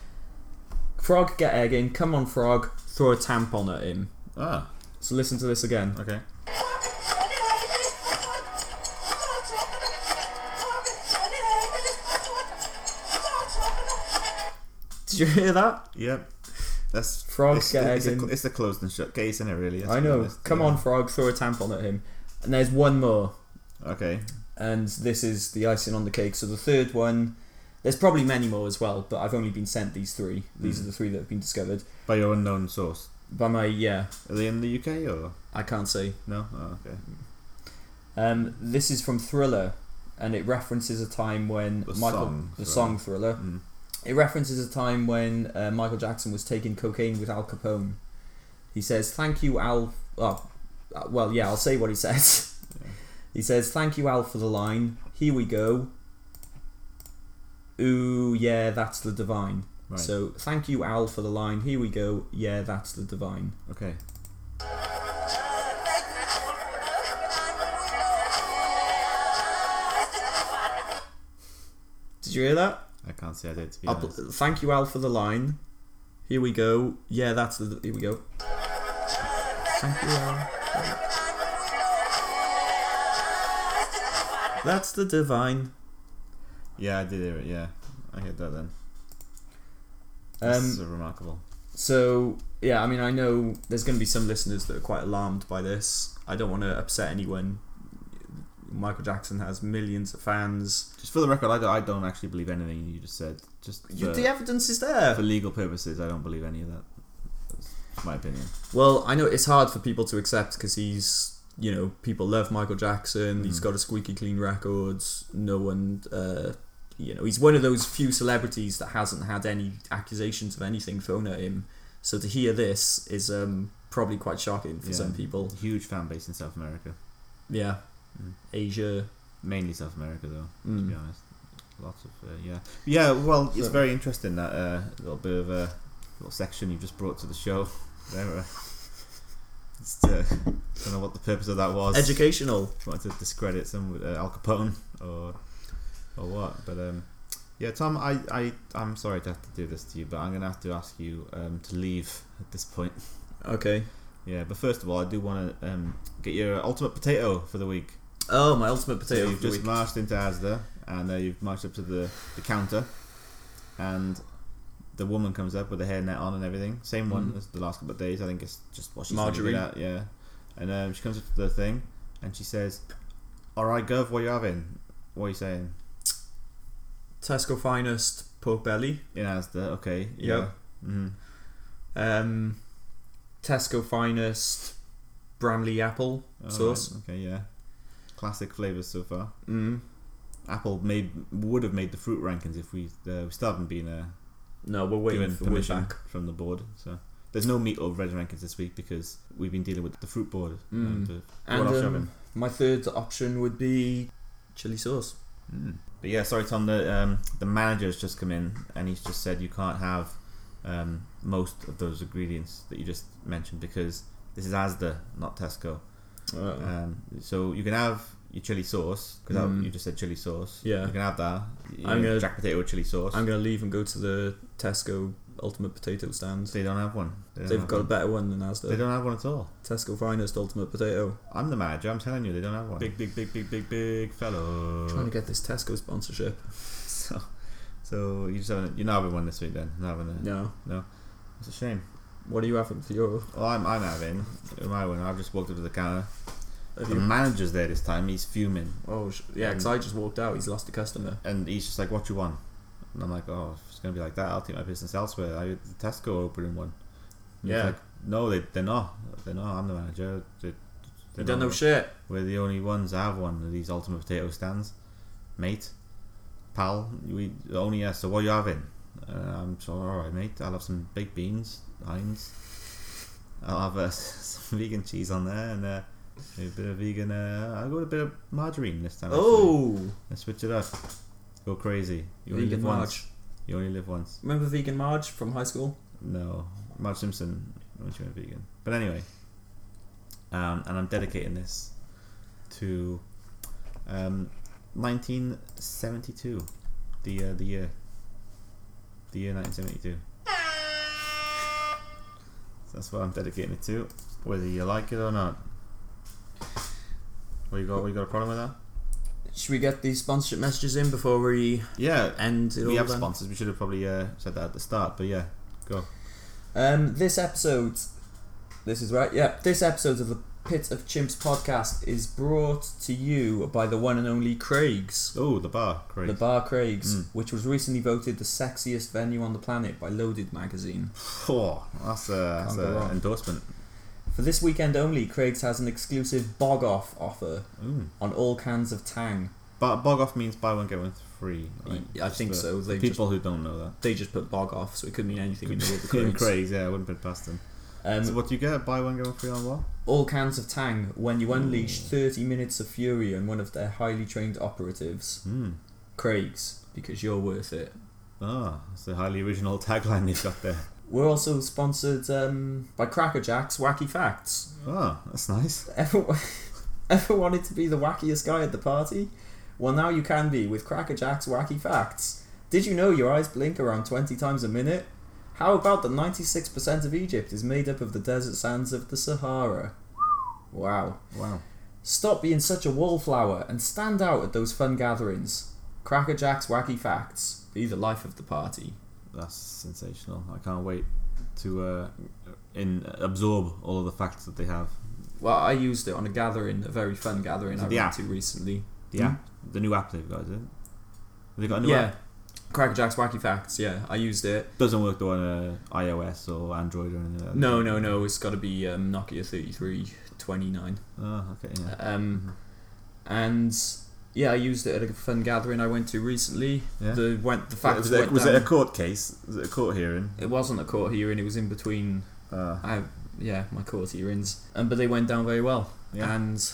[SPEAKER 2] Frog, get egg in, come on, Frog, throw a tampon at him.
[SPEAKER 1] Ah,
[SPEAKER 2] So listen to this again.
[SPEAKER 1] okay.
[SPEAKER 2] Did you hear that?
[SPEAKER 1] Yep. That's
[SPEAKER 2] Frog
[SPEAKER 1] it's,
[SPEAKER 2] get
[SPEAKER 1] it's,
[SPEAKER 2] egg
[SPEAKER 1] a,
[SPEAKER 2] in.
[SPEAKER 1] it's a closed and shut case, isn't it, really? Let's
[SPEAKER 2] I
[SPEAKER 1] be
[SPEAKER 2] know.
[SPEAKER 1] honest,
[SPEAKER 2] Come
[SPEAKER 1] yeah.
[SPEAKER 2] on, Frog, throw a tampon at him. And there's one more,
[SPEAKER 1] Okay.
[SPEAKER 2] and this is the icing on the cake. So the third one There's probably many more as well, but I've only been sent these three. These
[SPEAKER 1] Mm.
[SPEAKER 2] are the three that have been discovered
[SPEAKER 1] By your unknown source.
[SPEAKER 2] by my yeah.
[SPEAKER 1] Are they in the UK or
[SPEAKER 2] I can't see.
[SPEAKER 1] no? Oh, okay.
[SPEAKER 2] Um, this is from Thriller, and it references a time when
[SPEAKER 1] The
[SPEAKER 2] Michael
[SPEAKER 1] song
[SPEAKER 2] the
[SPEAKER 1] Thriller.
[SPEAKER 2] song Thriller.
[SPEAKER 1] Mm.
[SPEAKER 2] It references a time when uh, Michael Jackson was taking cocaine with Al Capone. He says, "Thank you, Al." Oh, uh, well, yeah, I'll say what he says. [laughs]
[SPEAKER 1] Yeah.
[SPEAKER 2] He says, "Thank you, Al, for the line. Here we go. Ooh, yeah, that's the divine."
[SPEAKER 1] Right.
[SPEAKER 2] So, thank you, Al, for the line. Here we go. Yeah, that's the divine.
[SPEAKER 1] okay.
[SPEAKER 2] Did you hear that?
[SPEAKER 1] I can't say I did. To be
[SPEAKER 2] I'll
[SPEAKER 1] honest.
[SPEAKER 2] bl- thank you, Al, for the line. Here we go. Yeah, that's the. Here we go. Thank you, Al. That's the divine.
[SPEAKER 1] yeah, I did hear it. Yeah, I heard that then. This is
[SPEAKER 2] Um,
[SPEAKER 1] so remarkable.
[SPEAKER 2] so yeah, I mean, I know there's going to be some listeners that are quite alarmed by this. I don't want to upset anyone. Michael Jackson has millions of fans.
[SPEAKER 1] Just for the record, I don't, I don't actually believe anything you just said. Just for,
[SPEAKER 2] You, the evidence is there.
[SPEAKER 1] for legal purposes, I don't believe any of that. That's my opinion.
[SPEAKER 2] Well, I know it's hard for people to accept because he's, you know, people love Michael Jackson. He's
[SPEAKER 1] Mm.
[SPEAKER 2] got a squeaky clean records. No one, uh, you know, he's one of those few celebrities that hasn't had any accusations of anything thrown at him. So to hear this is um, probably quite shocking for
[SPEAKER 1] Yeah.
[SPEAKER 2] some people.
[SPEAKER 1] Huge fan base in South America,
[SPEAKER 2] Yeah,
[SPEAKER 1] Mm.
[SPEAKER 2] Asia.
[SPEAKER 1] mainly South America though. To be
[SPEAKER 2] Mm.
[SPEAKER 1] honest, lots of uh, yeah, yeah. Well, it's
[SPEAKER 2] So-
[SPEAKER 1] very interesting that uh, little bit of a little section you just brought to the show. [laughs] There, uh, just, uh, don't know what the purpose of that was.
[SPEAKER 2] Educational.
[SPEAKER 1] trying to discredit some uh, Al Capone or or what. But um, yeah, Tom, I I I'm sorry to have to do this to you, but I'm gonna have to ask you um, to leave at this point.
[SPEAKER 2] Okay.
[SPEAKER 1] Yeah, but first of all, I do want to um, get your ultimate potato for the week.
[SPEAKER 2] Oh, my ultimate
[SPEAKER 1] So
[SPEAKER 2] potato.
[SPEAKER 1] you've
[SPEAKER 2] of the
[SPEAKER 1] just
[SPEAKER 2] week.
[SPEAKER 1] marched into Asda and uh, you've marched up to the, the counter, and the woman comes up with a hairnet on and everything. Same one
[SPEAKER 2] Mhm.
[SPEAKER 1] as the last couple of days. I think it's just what she's
[SPEAKER 2] Margarine.
[SPEAKER 1] At, yeah, and um, she comes up to the thing and she says, "All right, Gov, what are you having? What are you saying?"
[SPEAKER 2] Tesco finest pork belly.
[SPEAKER 1] In Asda, okay.
[SPEAKER 2] Yep.
[SPEAKER 1] Yeah. Mm-hmm.
[SPEAKER 2] Um, Tesco finest Bramley apple. Sauce.
[SPEAKER 1] Okay. Yeah. Classic flavors so far.
[SPEAKER 2] Mm.
[SPEAKER 1] Apple made would have made the fruit rankings if we uh, we still haven't been uh,
[SPEAKER 2] No, we're waiting
[SPEAKER 1] given
[SPEAKER 2] for we're
[SPEAKER 1] permission
[SPEAKER 2] back.
[SPEAKER 1] from the board. So there's no meat or veg rankings this week because we've been dealing with the fruit board.
[SPEAKER 2] Mm.
[SPEAKER 1] uh,
[SPEAKER 2] And
[SPEAKER 1] what else you
[SPEAKER 2] um,
[SPEAKER 1] having?
[SPEAKER 2] my third option would be chili sauce.
[SPEAKER 1] Mm. But yeah, sorry Tom. The um, the manager's just come in and he's just said you can't have um, most of those ingredients that you just mentioned because this is ASDA, not Tesco.
[SPEAKER 2] Oh.
[SPEAKER 1] Um, so you can have your chili sauce because
[SPEAKER 2] Mm.
[SPEAKER 1] you just said chili sauce.
[SPEAKER 2] Yeah.
[SPEAKER 1] you can have that. You
[SPEAKER 2] I'm
[SPEAKER 1] know,
[SPEAKER 2] gonna-
[SPEAKER 1] jack potato chili sauce.
[SPEAKER 2] I'm gonna leave and go to the Tesco Ultimate Potato stand.
[SPEAKER 1] they don't have one. They don't
[SPEAKER 2] They've
[SPEAKER 1] have
[SPEAKER 2] got a
[SPEAKER 1] one.
[SPEAKER 2] better one than
[SPEAKER 1] They
[SPEAKER 2] Asda.
[SPEAKER 1] don't have one at all.
[SPEAKER 2] Tesco Finest Ultimate Potato.
[SPEAKER 1] I'm the manager. I'm telling you, they don't have one. Big, big, big, big, big, big fellow.
[SPEAKER 2] Trying to get this Tesco sponsorship.
[SPEAKER 1] [laughs] So, so you just haven't, you're not having one this week then? Not having a,
[SPEAKER 2] No.
[SPEAKER 1] It's a shame.
[SPEAKER 2] What are you having for your?
[SPEAKER 1] Well, I'm, I'm having my one. I've just walked up to the counter.
[SPEAKER 2] Have
[SPEAKER 1] The
[SPEAKER 2] you?
[SPEAKER 1] manager's there this time. He's fuming,
[SPEAKER 2] Oh sh-
[SPEAKER 1] Mm.
[SPEAKER 2] yeah, because I just walked out. He's lost a customer.
[SPEAKER 1] and he's just like, "What you want?" And I'm like, "Oh, if it's gonna be like that, I'll take my business elsewhere." I Tesco are opening one. And he's
[SPEAKER 2] Yeah.
[SPEAKER 1] Like, no, they they're not. They're not. I'm the manager. They,
[SPEAKER 2] You
[SPEAKER 1] they're
[SPEAKER 2] don't
[SPEAKER 1] not.
[SPEAKER 2] know shit.
[SPEAKER 1] We're the only ones that have one of these ultimate potato stands, mate, pal. We only us. So what you having? Uh, I'm so all right, mate. I'll have some baked beans, Heinz. I'll have uh, [laughs] some vegan cheese on there and uh, maybe a bit of vegan. Uh, I'll go with a bit of margarine this time. actually.
[SPEAKER 2] Oh,
[SPEAKER 1] let's switch it up. Go crazy. You only
[SPEAKER 2] vegan
[SPEAKER 1] live
[SPEAKER 2] Marge.
[SPEAKER 1] once. You only live once.
[SPEAKER 2] Remember vegan Marge from high school?
[SPEAKER 1] No, Marge Simpson when she went vegan. But anyway, um, and I'm dedicating this to um, 1972, the uh, the year, the year 1972. So that's what I'm dedicating it to, whether you like it or not. What you got? What you got a problem with that?
[SPEAKER 2] Should we get these sponsorship messages in before we
[SPEAKER 1] Yeah,
[SPEAKER 2] end it
[SPEAKER 1] we
[SPEAKER 2] all?
[SPEAKER 1] have
[SPEAKER 2] then?
[SPEAKER 1] sponsors. We should have probably uh, said that at the start, but yeah, go.
[SPEAKER 2] Um, this episode, this is right. Yeah, this episode of the Pit of Chimps podcast is brought to you by the one and only Craig's.
[SPEAKER 1] Oh, the bar, great.
[SPEAKER 2] The Bar Craig's,
[SPEAKER 1] Mm.
[SPEAKER 2] which was recently voted the sexiest venue on the planet by Loaded magazine.
[SPEAKER 1] Oh, that's a, that's
[SPEAKER 2] Can't go
[SPEAKER 1] a
[SPEAKER 2] wrong.
[SPEAKER 1] endorsement.
[SPEAKER 2] For this weekend only, Craig's has an exclusive bog off offer
[SPEAKER 1] Ooh.
[SPEAKER 2] on all cans of Tang.
[SPEAKER 1] But bog off means buy one get one free. right?
[SPEAKER 2] I
[SPEAKER 1] Just
[SPEAKER 2] think
[SPEAKER 1] for
[SPEAKER 2] so. They
[SPEAKER 1] People who don't know
[SPEAKER 2] [laughs]
[SPEAKER 1] that.
[SPEAKER 2] just they just put bog off, so it could mean anything in the world.
[SPEAKER 1] [laughs]
[SPEAKER 2] of
[SPEAKER 1] In
[SPEAKER 2] Craig's.
[SPEAKER 1] craze, yeah, I wouldn't put it past them.
[SPEAKER 2] Um,
[SPEAKER 1] so what do you get? Buy one get one free on what?
[SPEAKER 2] all cans of Tang when you unleash 30 minutes of fury on one of their highly trained operatives.
[SPEAKER 1] Hmm.
[SPEAKER 2] Craig's, because you're worth it.
[SPEAKER 1] Ah, that's the highly original [laughs] tagline they've got there.
[SPEAKER 2] We're also sponsored um, by Cracker Jack's Wacky Facts.
[SPEAKER 1] Ah, that's nice.
[SPEAKER 2] Ever, [laughs] ever wanted to be the wackiest guy at the party? Well, now you can be with Cracker Jack's Wacky Facts. Did you know your eyes blink around 20 times a minute? How about that 96% of Egypt is made up of the desert sands of the Sahara? Wow.
[SPEAKER 1] Wow.
[SPEAKER 2] Stop being such a wallflower and stand out at those fun gatherings. Cracker Jack's wacky facts. Be the life of the party.
[SPEAKER 1] That's sensational. I can't wait to uh, in absorb all of the facts that they have.
[SPEAKER 2] Well, I used it on a gathering, a very fun gathering I
[SPEAKER 1] The
[SPEAKER 2] went
[SPEAKER 1] app.
[SPEAKER 2] to recently.
[SPEAKER 1] The
[SPEAKER 2] Hmm?
[SPEAKER 1] app, the new app they've got, is it? Have they got a new
[SPEAKER 2] yeah.
[SPEAKER 1] app?
[SPEAKER 2] Cracker Jack's wacky facts. Yeah, I used it.
[SPEAKER 1] Doesn't work though on uh, iOS or Android or anything. Like that.
[SPEAKER 2] No, no, no. It's got to be um, Nokia 3329.
[SPEAKER 1] Ah, okay. Yeah.
[SPEAKER 2] Um, and yeah, I used it at a fun gathering I went to recently.
[SPEAKER 1] Yeah.
[SPEAKER 2] The went the facts
[SPEAKER 1] was it,
[SPEAKER 2] went
[SPEAKER 1] was it
[SPEAKER 2] down.
[SPEAKER 1] a court case? Was it a court hearing?
[SPEAKER 2] it wasn't a court hearing. It was in between.
[SPEAKER 1] Uh,
[SPEAKER 2] I yeah, my court hearings. Um, but they went down very well.
[SPEAKER 1] yeah.
[SPEAKER 2] and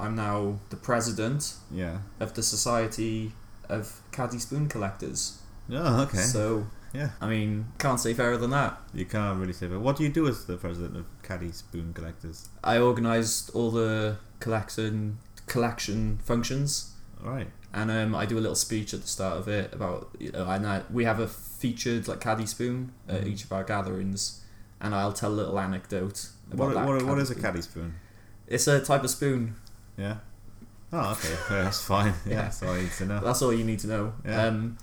[SPEAKER 2] I'm now the president
[SPEAKER 1] yeah.
[SPEAKER 2] of the Society of Caddy Spoon Collectors.
[SPEAKER 1] Oh, okay.
[SPEAKER 2] So,
[SPEAKER 1] Yeah.
[SPEAKER 2] I mean, can't say fairer than that.
[SPEAKER 1] you can't really say that. What do you do as the president of Caddy Spoon Collectors?
[SPEAKER 2] I organised all the collection collection functions,
[SPEAKER 1] All right.
[SPEAKER 2] and um, I do a little speech at the start of it about you know, and I, we have a featured like caddy spoon at
[SPEAKER 1] Mhm.
[SPEAKER 2] each of our gatherings, and I'll tell a little anecdote about
[SPEAKER 1] What,
[SPEAKER 2] that.
[SPEAKER 1] what, what is a
[SPEAKER 2] spoon.
[SPEAKER 1] caddy spoon?
[SPEAKER 2] It's a type of spoon.
[SPEAKER 1] Yeah. Oh, okay. [laughs] Yeah, that's
[SPEAKER 2] [laughs]
[SPEAKER 1] fine. Yeah,
[SPEAKER 2] Yeah.
[SPEAKER 1] that's all I need to know.
[SPEAKER 2] That's all you need to know.
[SPEAKER 1] Yeah.
[SPEAKER 2] Um,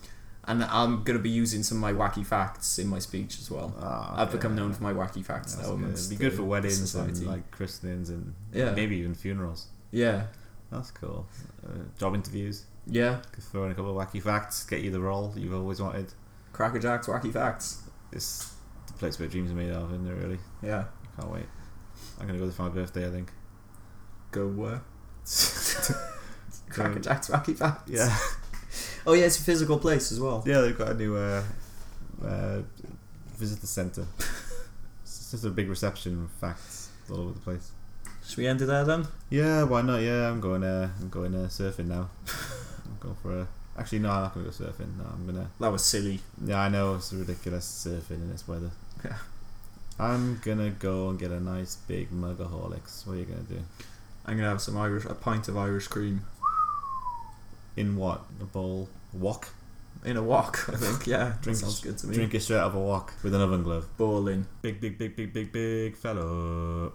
[SPEAKER 2] and I'm gonna be using some of my wacky facts in my speech as well.
[SPEAKER 1] Ah,
[SPEAKER 2] I've become
[SPEAKER 1] yeah.
[SPEAKER 2] known for my wacky facts
[SPEAKER 1] That's
[SPEAKER 2] now.
[SPEAKER 1] good.
[SPEAKER 2] amongst
[SPEAKER 1] It'd be good
[SPEAKER 2] the-
[SPEAKER 1] for
[SPEAKER 2] the
[SPEAKER 1] weddings
[SPEAKER 2] society.
[SPEAKER 1] and like christenings and
[SPEAKER 2] Yeah.
[SPEAKER 1] maybe even funerals.
[SPEAKER 2] yeah,
[SPEAKER 1] That's cool. Uh, job interviews.
[SPEAKER 2] yeah.
[SPEAKER 1] Could throw in a couple of wacky facts. Get you the role you've always wanted.
[SPEAKER 2] Cracker Jacks, wacky facts.
[SPEAKER 1] It's the place where dreams are made of, isn't it? Really.
[SPEAKER 2] Yeah,
[SPEAKER 1] I can't wait. I'm gonna go there for my birthday. I think.
[SPEAKER 2] go [laughs] where? Cracker
[SPEAKER 1] Um,
[SPEAKER 2] Jacks, wacky facts.
[SPEAKER 1] Yeah.
[SPEAKER 2] Oh yeah, it's a physical place as well.
[SPEAKER 1] Yeah, they've got a new uh, uh, visitor [laughs] centre. it's just a big reception with facts all over the place.
[SPEAKER 2] Should we end it there then?
[SPEAKER 1] Yeah, why not? Yeah, I'm going. Uh, I'm going uh, surfing [laughs] now. I'm going for a. Actually, no, I'm not going to go surfing. No, I'm gonna.
[SPEAKER 2] That was silly.
[SPEAKER 1] Yeah, I know it's ridiculous surfing in this weather.
[SPEAKER 2] Yeah.
[SPEAKER 1] I'm gonna go and get a nice big mug of Horlicks. What are you gonna do?
[SPEAKER 2] I'm gonna have some Irish, a pint of Irish cream
[SPEAKER 1] In what? A bowl? A wok?
[SPEAKER 2] in a wok. [laughs] I think. Yeah,
[SPEAKER 1] Drink
[SPEAKER 2] that sounds
[SPEAKER 1] it-
[SPEAKER 2] good to me.
[SPEAKER 1] Drink it straight out of a wok with an oven glove.
[SPEAKER 2] Balling.
[SPEAKER 1] Big, big, big, big, big, big fellow.